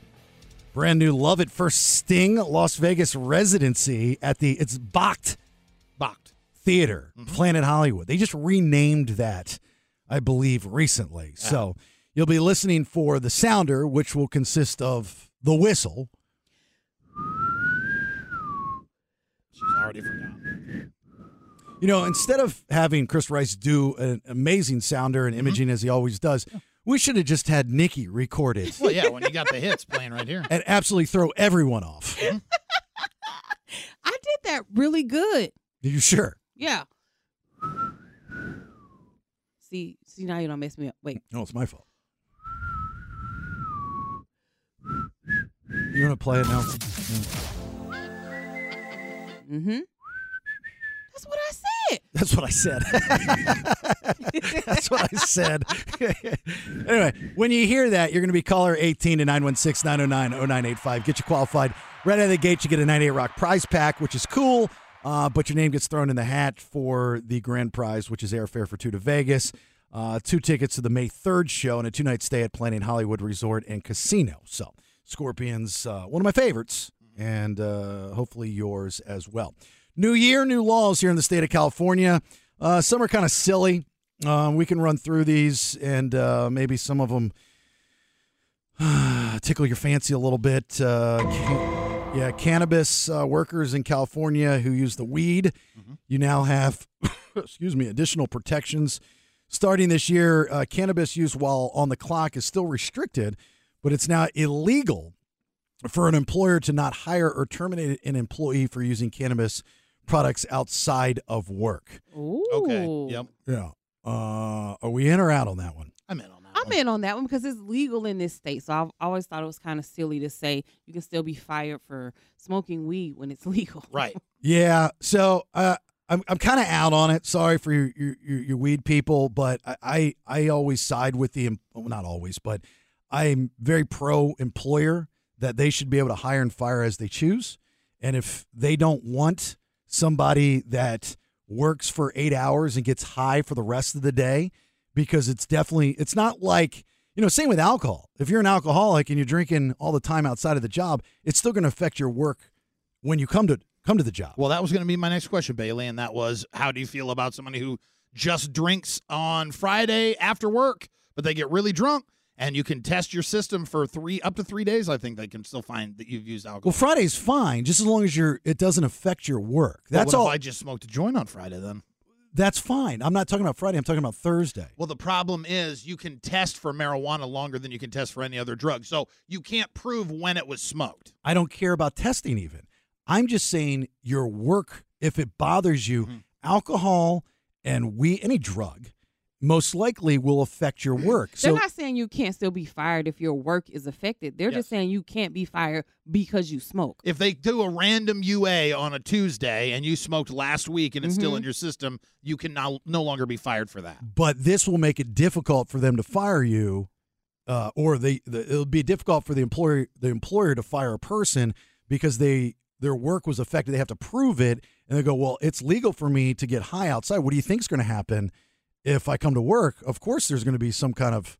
S9: Brand new Love at First Sting Las Vegas residency at the it's Bacht
S11: Bacht
S9: Theater, Planet Hollywood. They just renamed that, I believe, recently. So you'll be listening for the sounder, which will consist of the whistle.
S11: She's already forgotten.
S9: You know, instead of having Chris Rice do an amazing sounder and imaging as he always does, we should have just had Nikki record it
S11: Well, yeah, when you got the hits playing right here.
S9: [LAUGHS] and absolutely throw everyone off.
S10: I did that really good.
S9: You sure?
S10: Yeah. See, see now you don't mess me up. Wait.
S9: No, it's my fault. You want to play it now?
S10: Mm-hmm. That's what I said.
S9: That's what I said. [LAUGHS] That's what I said. [LAUGHS] anyway, when you hear that, you're going to be caller 18 to 916 909 0985. Get you qualified. Right out of the gate, you get a 98 Rock prize pack, which is cool, uh, but your name gets thrown in the hat for the grand prize, which is airfare for two to Vegas, uh, two tickets to the May 3rd show, and a two night stay at Planet Hollywood Resort and Casino. So, Scorpions, uh, one of my favorites, and uh, hopefully yours as well. New year, new laws here in the state of California. Uh, some are kind of silly. Uh, we can run through these, and uh, maybe some of them [SIGHS] tickle your fancy a little bit. Uh, ca- yeah, cannabis uh, workers in California who use the weed, you now have, [COUGHS] excuse me, additional protections. Starting this year, uh, cannabis use while on the clock is still restricted, but it's now illegal for an employer to not hire or terminate an employee for using cannabis products outside of work.
S10: Ooh.
S11: Okay. Yep.
S9: Yeah. Uh, are we in or out on that one?
S11: I'm in on that.
S10: I'm in on that one because it's legal in this state. So I've always thought it was kind of silly to say you can still be fired for smoking weed when it's [LAUGHS] legal.
S11: Right.
S9: Yeah. So uh, I'm I'm kind of out on it. Sorry for your your, your, your weed people, but I, I I always side with the em- well, not always, but I'm very pro employer that they should be able to hire and fire as they choose, and if they don't want somebody that works for eight hours and gets high for the rest of the day, because it's definitely it's not like you know same with alcohol. If you're an alcoholic and you're drinking all the time outside of the job, it's still going to affect your work when you come to come to the job.
S11: Well, that was going to be my next question, Bailey, and that was how do you feel about somebody who just drinks on Friday after work, but they get really drunk, and you can test your system for three up to three days. I think they can still find that you've used alcohol.
S9: Well, Friday's fine, just as long as you're it doesn't affect your work.
S11: But
S9: That's
S11: what
S9: all.
S11: If I just smoked a joint on Friday, then.
S9: that's fine. I'm not talking about Friday. I'm talking about Thursday.
S11: Well, the problem is you can test for marijuana longer than you can test for any other drug, so you can't prove when it was smoked.
S9: I don't care about testing even. I'm just saying your work. If it bothers you,
S11: Mm-hmm.
S9: alcohol and we any drug most likely will affect your work.
S10: They're
S9: So
S10: not saying you can't still be fired if your work is affected. They're just saying you can't be fired because you smoke.
S11: If they do a random UA on a Tuesday and you smoked last week and it's still in your system, you can now no longer be fired for that.
S9: but this will make it difficult for them to fire you, uh, or they the, it'll be difficult for the employer the employer to fire a person because they their work was affected. They have to prove it, and they go, "Well, it's legal for me to get high outside. What do you think is going to happen if I come to work? Of course, there's going to be some kind of,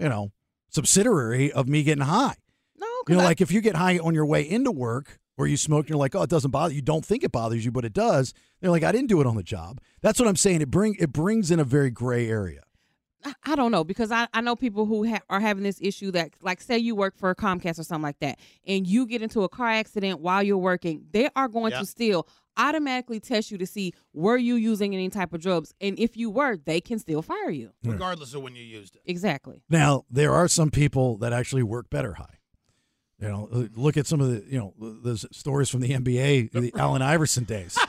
S9: you know, subsidiary of me getting high.
S10: No,
S9: You know, like if you get high on your way into work or you smoke and you're like, oh, it doesn't bother you. Don't think it bothers you, but it does. They're like, I didn't do it on the job. That's what I'm saying. It bring it brings in a very gray area.
S10: I- I don't know because I, I know people who ha- are having this issue that like say you work for Comcast or something like that and you get into a car accident while you're working they are going
S11: Yeah.
S10: to still automatically test you to see were you using any type of drugs and if you were they can still fire you
S11: Regardless of when you used it.
S10: exactly
S9: Now there are some people that actually work better high. You know, uh, look at some of
S11: [LAUGHS]
S9: the you know those stories from the NBA, the Allen Iverson days. [LAUGHS]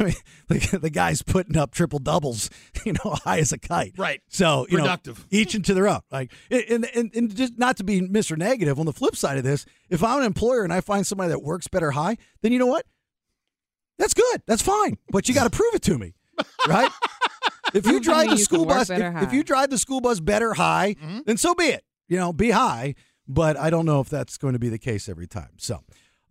S9: I mean, the, the guy's putting up triple doubles, [LAUGHS] you know, high as a kite.
S11: Right.
S9: So you know,
S11: Productive.
S9: each into their own. Like, and, and and just not to be Mr. Negative. On the flip side of this, if I'm an employer and I find somebody that works better high, then you know what? That's good. That's fine. But you got to prove it to me,
S11: [LAUGHS]
S9: right? If
S11: Prove to
S9: you
S11: me
S9: drive the
S11: you can
S9: school
S11: work
S9: bus, if,
S11: better
S9: if
S11: high.
S9: you drive the school bus better high, then so be it. You know, be high. But I don't know if that's going to be the case every time. So,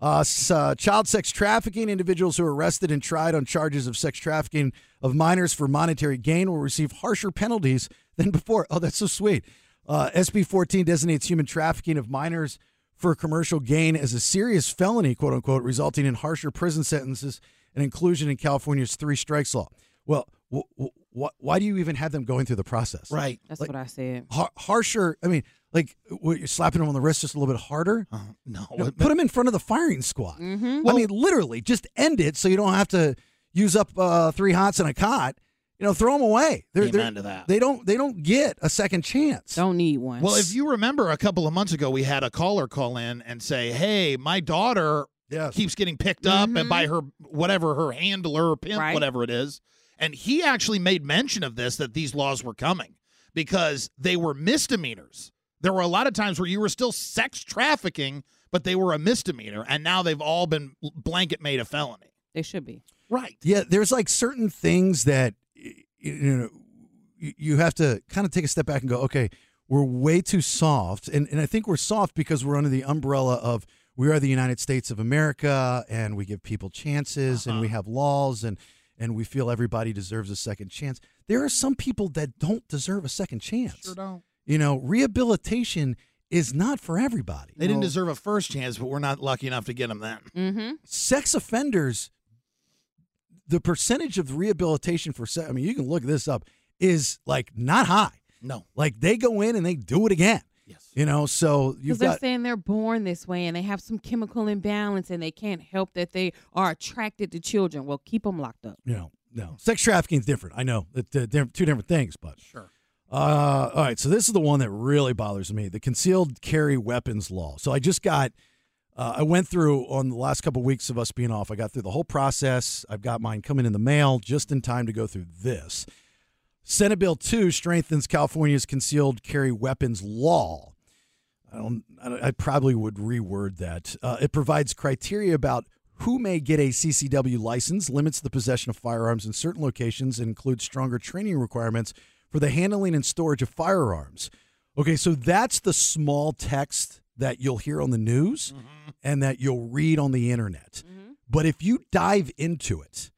S9: uh, s- uh, child sex trafficking individuals who are arrested and tried on charges of sex trafficking of minors for monetary gain will receive harsher penalties than before. Oh, that's so sweet. Uh, SB 14 designates human trafficking of minors for commercial gain as a serious felony, quote unquote, resulting in harsher prison sentences and inclusion in California's three strikes law. Well, wh- wh- wh- why do you even have them going through the process?
S11: Right.
S10: That's what I said.
S9: Har- harsher. I mean, like what, you're slapping them on the wrist just a little bit harder.
S11: Uh, no,
S9: put them in front of the firing squad.
S10: Mm-hmm.
S9: I mean, literally, just end it so you don't have to use up uh, three hots and a cot. You know, throw them away.
S11: Amen to that.
S9: They don't. They don't get a second chance.
S10: Don't need one.
S11: Well, if you remember a couple of months ago, we had a caller call in and say, Hey, my daughter keeps getting picked up and by her, whatever, her handler, pimp,
S6: Right.
S11: whatever it is. And he actually made mention of this that these laws were coming because they were misdemeanors. There were a lot of times where you were still sex trafficking, but they were a misdemeanor. And now they've all been blanket made a felony.
S10: They should be.
S11: Right.
S9: Yeah, there's like certain things that y- you know you you have to kind of take a step back and go, okay, we're way too soft, and and I think we're soft because we're under the umbrella of we are the United States of America, and we give people chances, and we
S11: Uh-huh.
S9: have laws, and and we feel everybody deserves a second chance. There are some people that don't deserve a second chance.
S11: Sure don't.
S9: You know, rehabilitation is not for everybody.
S11: They didn't deserve a first chance, but we're not lucky enough to get them then.
S10: Mm-hmm.
S9: sex offenders the percentage of rehabilitation for sex i mean you can look this up is like not high
S11: no
S9: like they go in and they do it again yes you know so
S10: Because
S9: you've
S10: they're
S9: got
S10: saying they're born this way and they have some chemical imbalance and they can't help that they are attracted to children. Well, keep them locked up.
S9: you know no sex trafficking is different i know it's uh, diff- two different things but
S11: sure
S9: uh, all right so this is the one that really bothers me the concealed carry weapons law so i just got uh, i went through on the last couple weeks of us being off i got through the whole process i've got mine coming in the mail just in time to go through this Senate Bill 2 strengthens California's concealed carry weapons law. I don't. I don't- I probably would reword that. Uh, it provides criteria about who may get a CCW license, limits the possession of firearms in certain locations, and includes stronger training requirements for the handling and storage of firearms. Okay, so that's the small text that you'll hear on the news and that you'll read on the internet. But if you dive into it,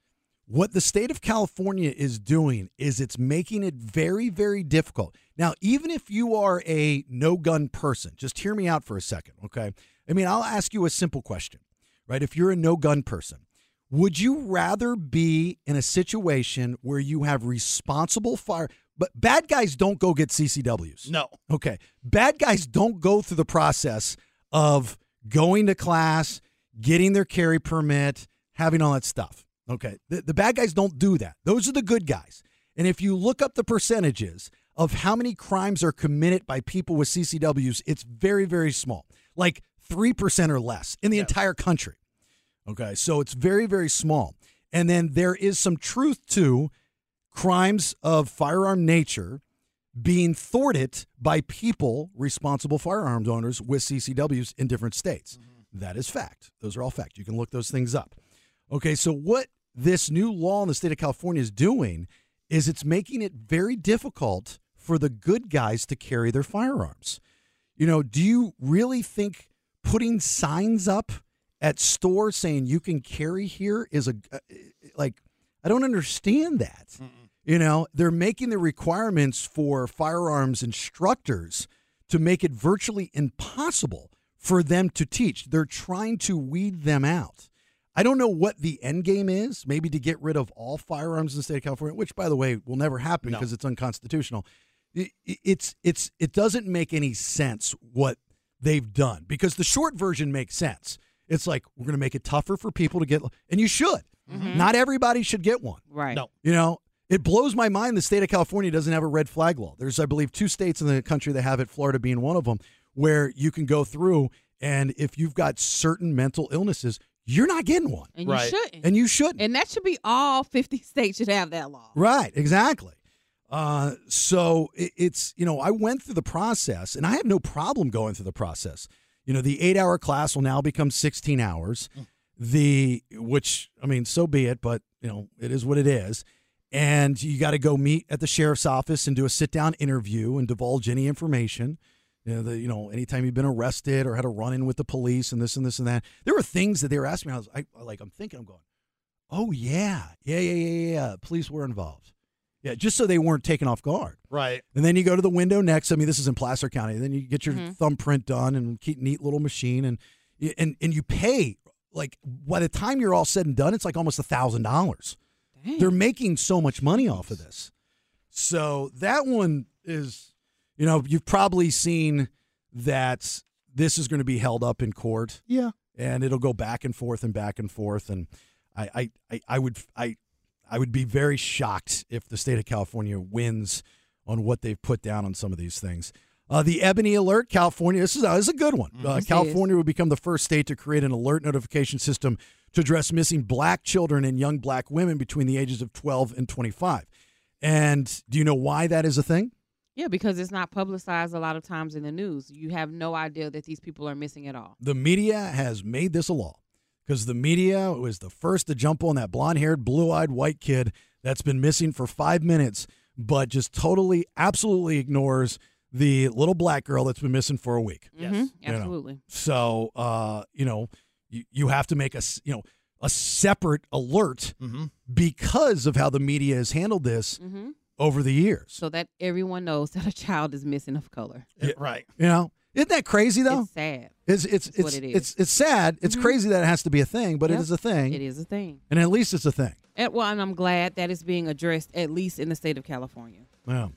S9: what the state of California is doing is it's making it very, very difficult. Now, even if you are a no gun person, just hear me out for a second, okay? I mean, I'll ask you a simple question, right? If you're a no gun person, would you rather be in a situation where you have responsible fire? But bad guys don't go get CCWs.
S11: No.
S9: Okay. Bad guys don't go through the process of going to class, getting their carry permit, having all that stuff. Okay. The, the bad guys don't do that. Those are the good guys. And if you look up the percentages of how many crimes are committed by people with CCWs, it's very, very small like 3% or less in the entire country. Okay. So it's very, very small. And then there is some truth to crimes of firearm nature being thwarted by people responsible firearms owners with CCWs in different states. That is fact. Those are all fact. You can look those things up. Okay, so what this new law in the state of California is doing is it's making it very difficult for the good guys to carry their firearms. You know, do you really think putting signs up at stores saying you can carry here is a uh, like I don't understand that. You know, they're making the requirements for firearms instructors to make it virtually impossible for them to teach. They're trying to weed them out. I don't know what the end game is. Maybe to get rid of all firearms in the state of California, which, by the way, will never happen because it's unconstitutional. I- i- It's it's it doesn't make any sense what they've done because the short version makes sense. It's like we're going to make it tougher for people to get, and you should. Not everybody should get one.
S10: Right. No.
S9: You know, it blows my mind the state of California doesn't have a red flag law. There's, I believe, two states in the country that have it, Florida being one of them, where you can go through and if you've got certain mental illnesses, you're not getting one.
S10: And you Right. shouldn't.
S9: And you shouldn't.
S10: And that should be all [LAUGHS] 50 states should have that law.
S9: Right, exactly. Uh, so it, it's, you know, I went through the process and I have no problem going through the process. You know, the eight hour class will now become 16 hours. The, which, I mean, so be it, but, you know, it is what it is. And you got to go meet at the sheriff's office and do a sit down interview and divulge any information. You know, the, you know, anytime you've been arrested or had a run in with the police and this and this and that. There were things that they were asking me. I was I, like, I'm thinking, I'm going, oh, yeah, yeah, yeah, yeah, yeah. Police were involved. Yeah, just so they weren't taken off guard.
S11: Right.
S9: And then you go to the window next. I mean, this is in Placer County. Then you get your
S11: Mhm.
S9: thumbprint done and keep neat little machine and and and you pay like by the time you're all said and done, it's like almost a thousand dollars.
S10: Mm.
S9: They're making so much money off of this. So that one is, you know, you've probably seen that this is going to be held up in court.
S11: Yeah.
S9: And it'll go back and forth and back and forth. And I, I, I, I would, I, I would be very shocked if the state of California wins on what they've put down on some of these things. Uh, the Ebony Alert, California. This is, uh, this is a good one. Uh,
S11: Mm-hmm. Yes, it
S9: California would become the first state to create an alert notification system to address missing black children and young black women between the ages of 12 and 25. And do you know why that is a thing?
S10: Yeah, because it's not publicized a lot of times in the news. You have no idea that these people are missing at all.
S9: The media has made this a law because the media was the first to jump on that blonde haired, blue eyed white kid that's been missing for five minutes, but just totally, absolutely ignores the little black girl that's been missing for a week.
S10: Yes.
S9: you know.
S10: Absolutely.
S9: So, uh, you know, you, you have to make a s- you know a separate alert
S10: Mm-hmm.
S9: because of how the media has handled this
S10: hmm
S9: over the years.
S10: So that everyone knows [LAUGHS] that a child is missing of color.
S11: right.
S9: You know, isn't that crazy though?
S10: It's sad.
S9: It's it's it's
S10: It's what
S9: it's,
S10: it is.
S9: it's, sad. It's
S10: Mhm.
S9: crazy that it has to be a thing, but
S10: Yep.
S9: it is a thing,
S10: It is a thing.
S9: and at least it's a thing.
S10: And, well, and I'm glad that it's being addressed, at least in the state of California.
S9: Yeah.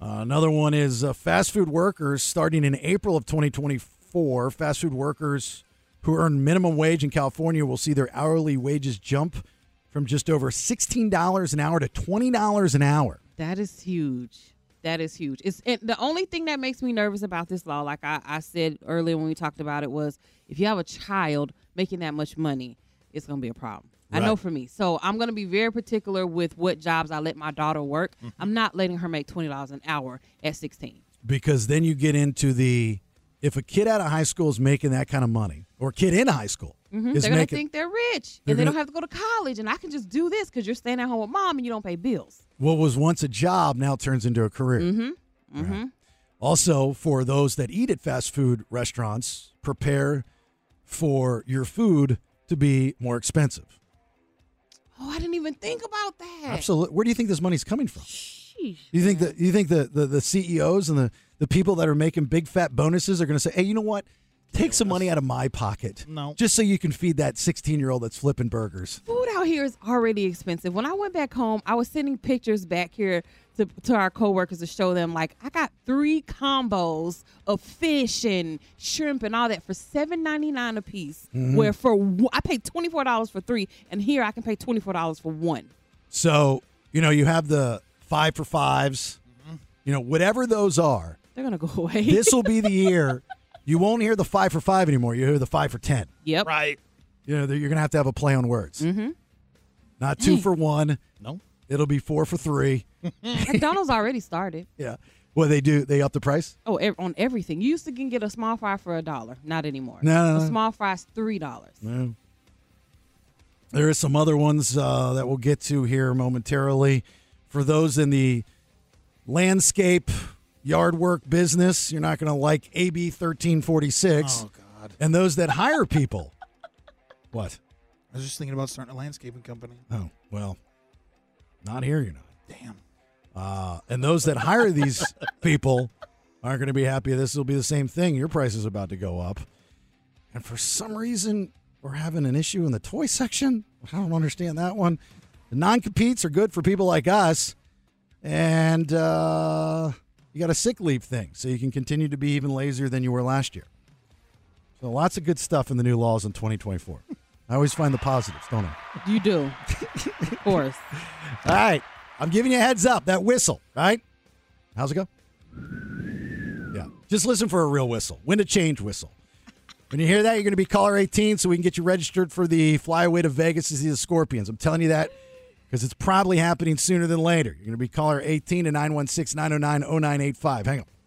S9: Uh, another one is uh, fast food workers starting in April of 2024. Fast food workers who earn minimum wage in California will see their hourly wages jump from just over $16 an hour to $20 an hour.
S10: That is huge. That is huge. It's and the only thing that makes me nervous about this law, like I, I said earlier when we talked about it, was if you have a child making that much money, it's gonna be a problem. I know
S15: Right.
S10: for me. So I'm gonna be very particular with what jobs I let my daughter work.
S9: Mm-hmm.
S10: I'm not letting her make twenty dollars an hour at sixteen.
S9: because then you get into the if a kid out of high school is making that kind of money or a kid in high school
S10: Mhm.
S9: is
S10: They're gonna
S9: making
S10: think they're rich
S9: They're
S10: and
S9: gonna-
S10: they don't have to go to college, and I can just do this because you're staying at home with mom and you don't pay bills.
S9: what was once a job now turns into a career.
S10: Mm-hmm. Mm-hmm.
S9: Also, for those that eat at fast food restaurants, prepare for your food to be more expensive.
S10: Oh, I didn't even think about that.
S9: Absolutely. Where do you think this money's coming from?
S10: Sheesh.
S9: You think that you think the, the, the CEOs and the, the people that are making big fat bonuses are going to say, "Hey, you know what? Take some money out of my pocket,
S11: No.
S9: just so you can feed that sixteen year old that's flipping burgers."
S10: food out here is already expensive. When I went back home, I was sending pictures back here to, to our coworkers to show them like I got three combos of fish and shrimp and all that for seven ninety nine a piece.
S9: Mhm.
S10: Where for one- I paid twenty four dollars for three, and here I can pay twenty four dollars for one.
S9: So you know you have the five for 5s
S10: Mm-hmm.
S9: you know whatever those are.
S10: They're gonna go [LAUGHS] away.
S9: this will be the year you won't hear the five for five anymore. You hear the five for ten.
S10: Yep.
S11: Right.
S9: You know that you're gonna have to have a play on words.
S10: Mm-hmm.
S9: Not two
S10: Dang.
S9: for one.
S11: No.
S9: It'll be four for three.
S10: [LAUGHS] McDonald's already started.
S9: Yeah. Well, they do. They up the price.
S10: Oh, ev- on everything. You used to can get a small fry for a dollar. Not anymore.
S9: No, no, no.
S10: a small fry's three dollars.
S9: No. There are some other ones uh, that we'll get to here momentarily. For those in the landscape yard work business, you're not going to like AB 1346.
S11: Oh, God.
S9: And those that hire people. what?
S11: I was just thinking about starting a landscaping company.
S9: Oh, well, not here, you're not.
S11: Damn.
S9: Uh, and those that hire these people aren't going to be happy. This will be the same thing. Your price is about to go up. And for some reason, we're having an issue in the toy section. I don't understand that one. The non competes are good for people like us. And uh, you got a sick leave thing, so you can continue to be even lazier than you were last year. So lots of good stuff in the new laws in 2024. I always find the positives, don't I? [LAUGHS]
S10: You do. of course.
S9: All right. I'm giving you a heads up. That whistle, right? How's it go? Yeah. Just listen for a real whistle. When to change whistle. When you hear that, you're going to be caller 18 so we can get you registered for the flyaway to Vegas to see the Scorpions. I'm telling you that because oh it's probably happening sooner than later. You're going to be caller 18 to 916 909 0985. Hang on.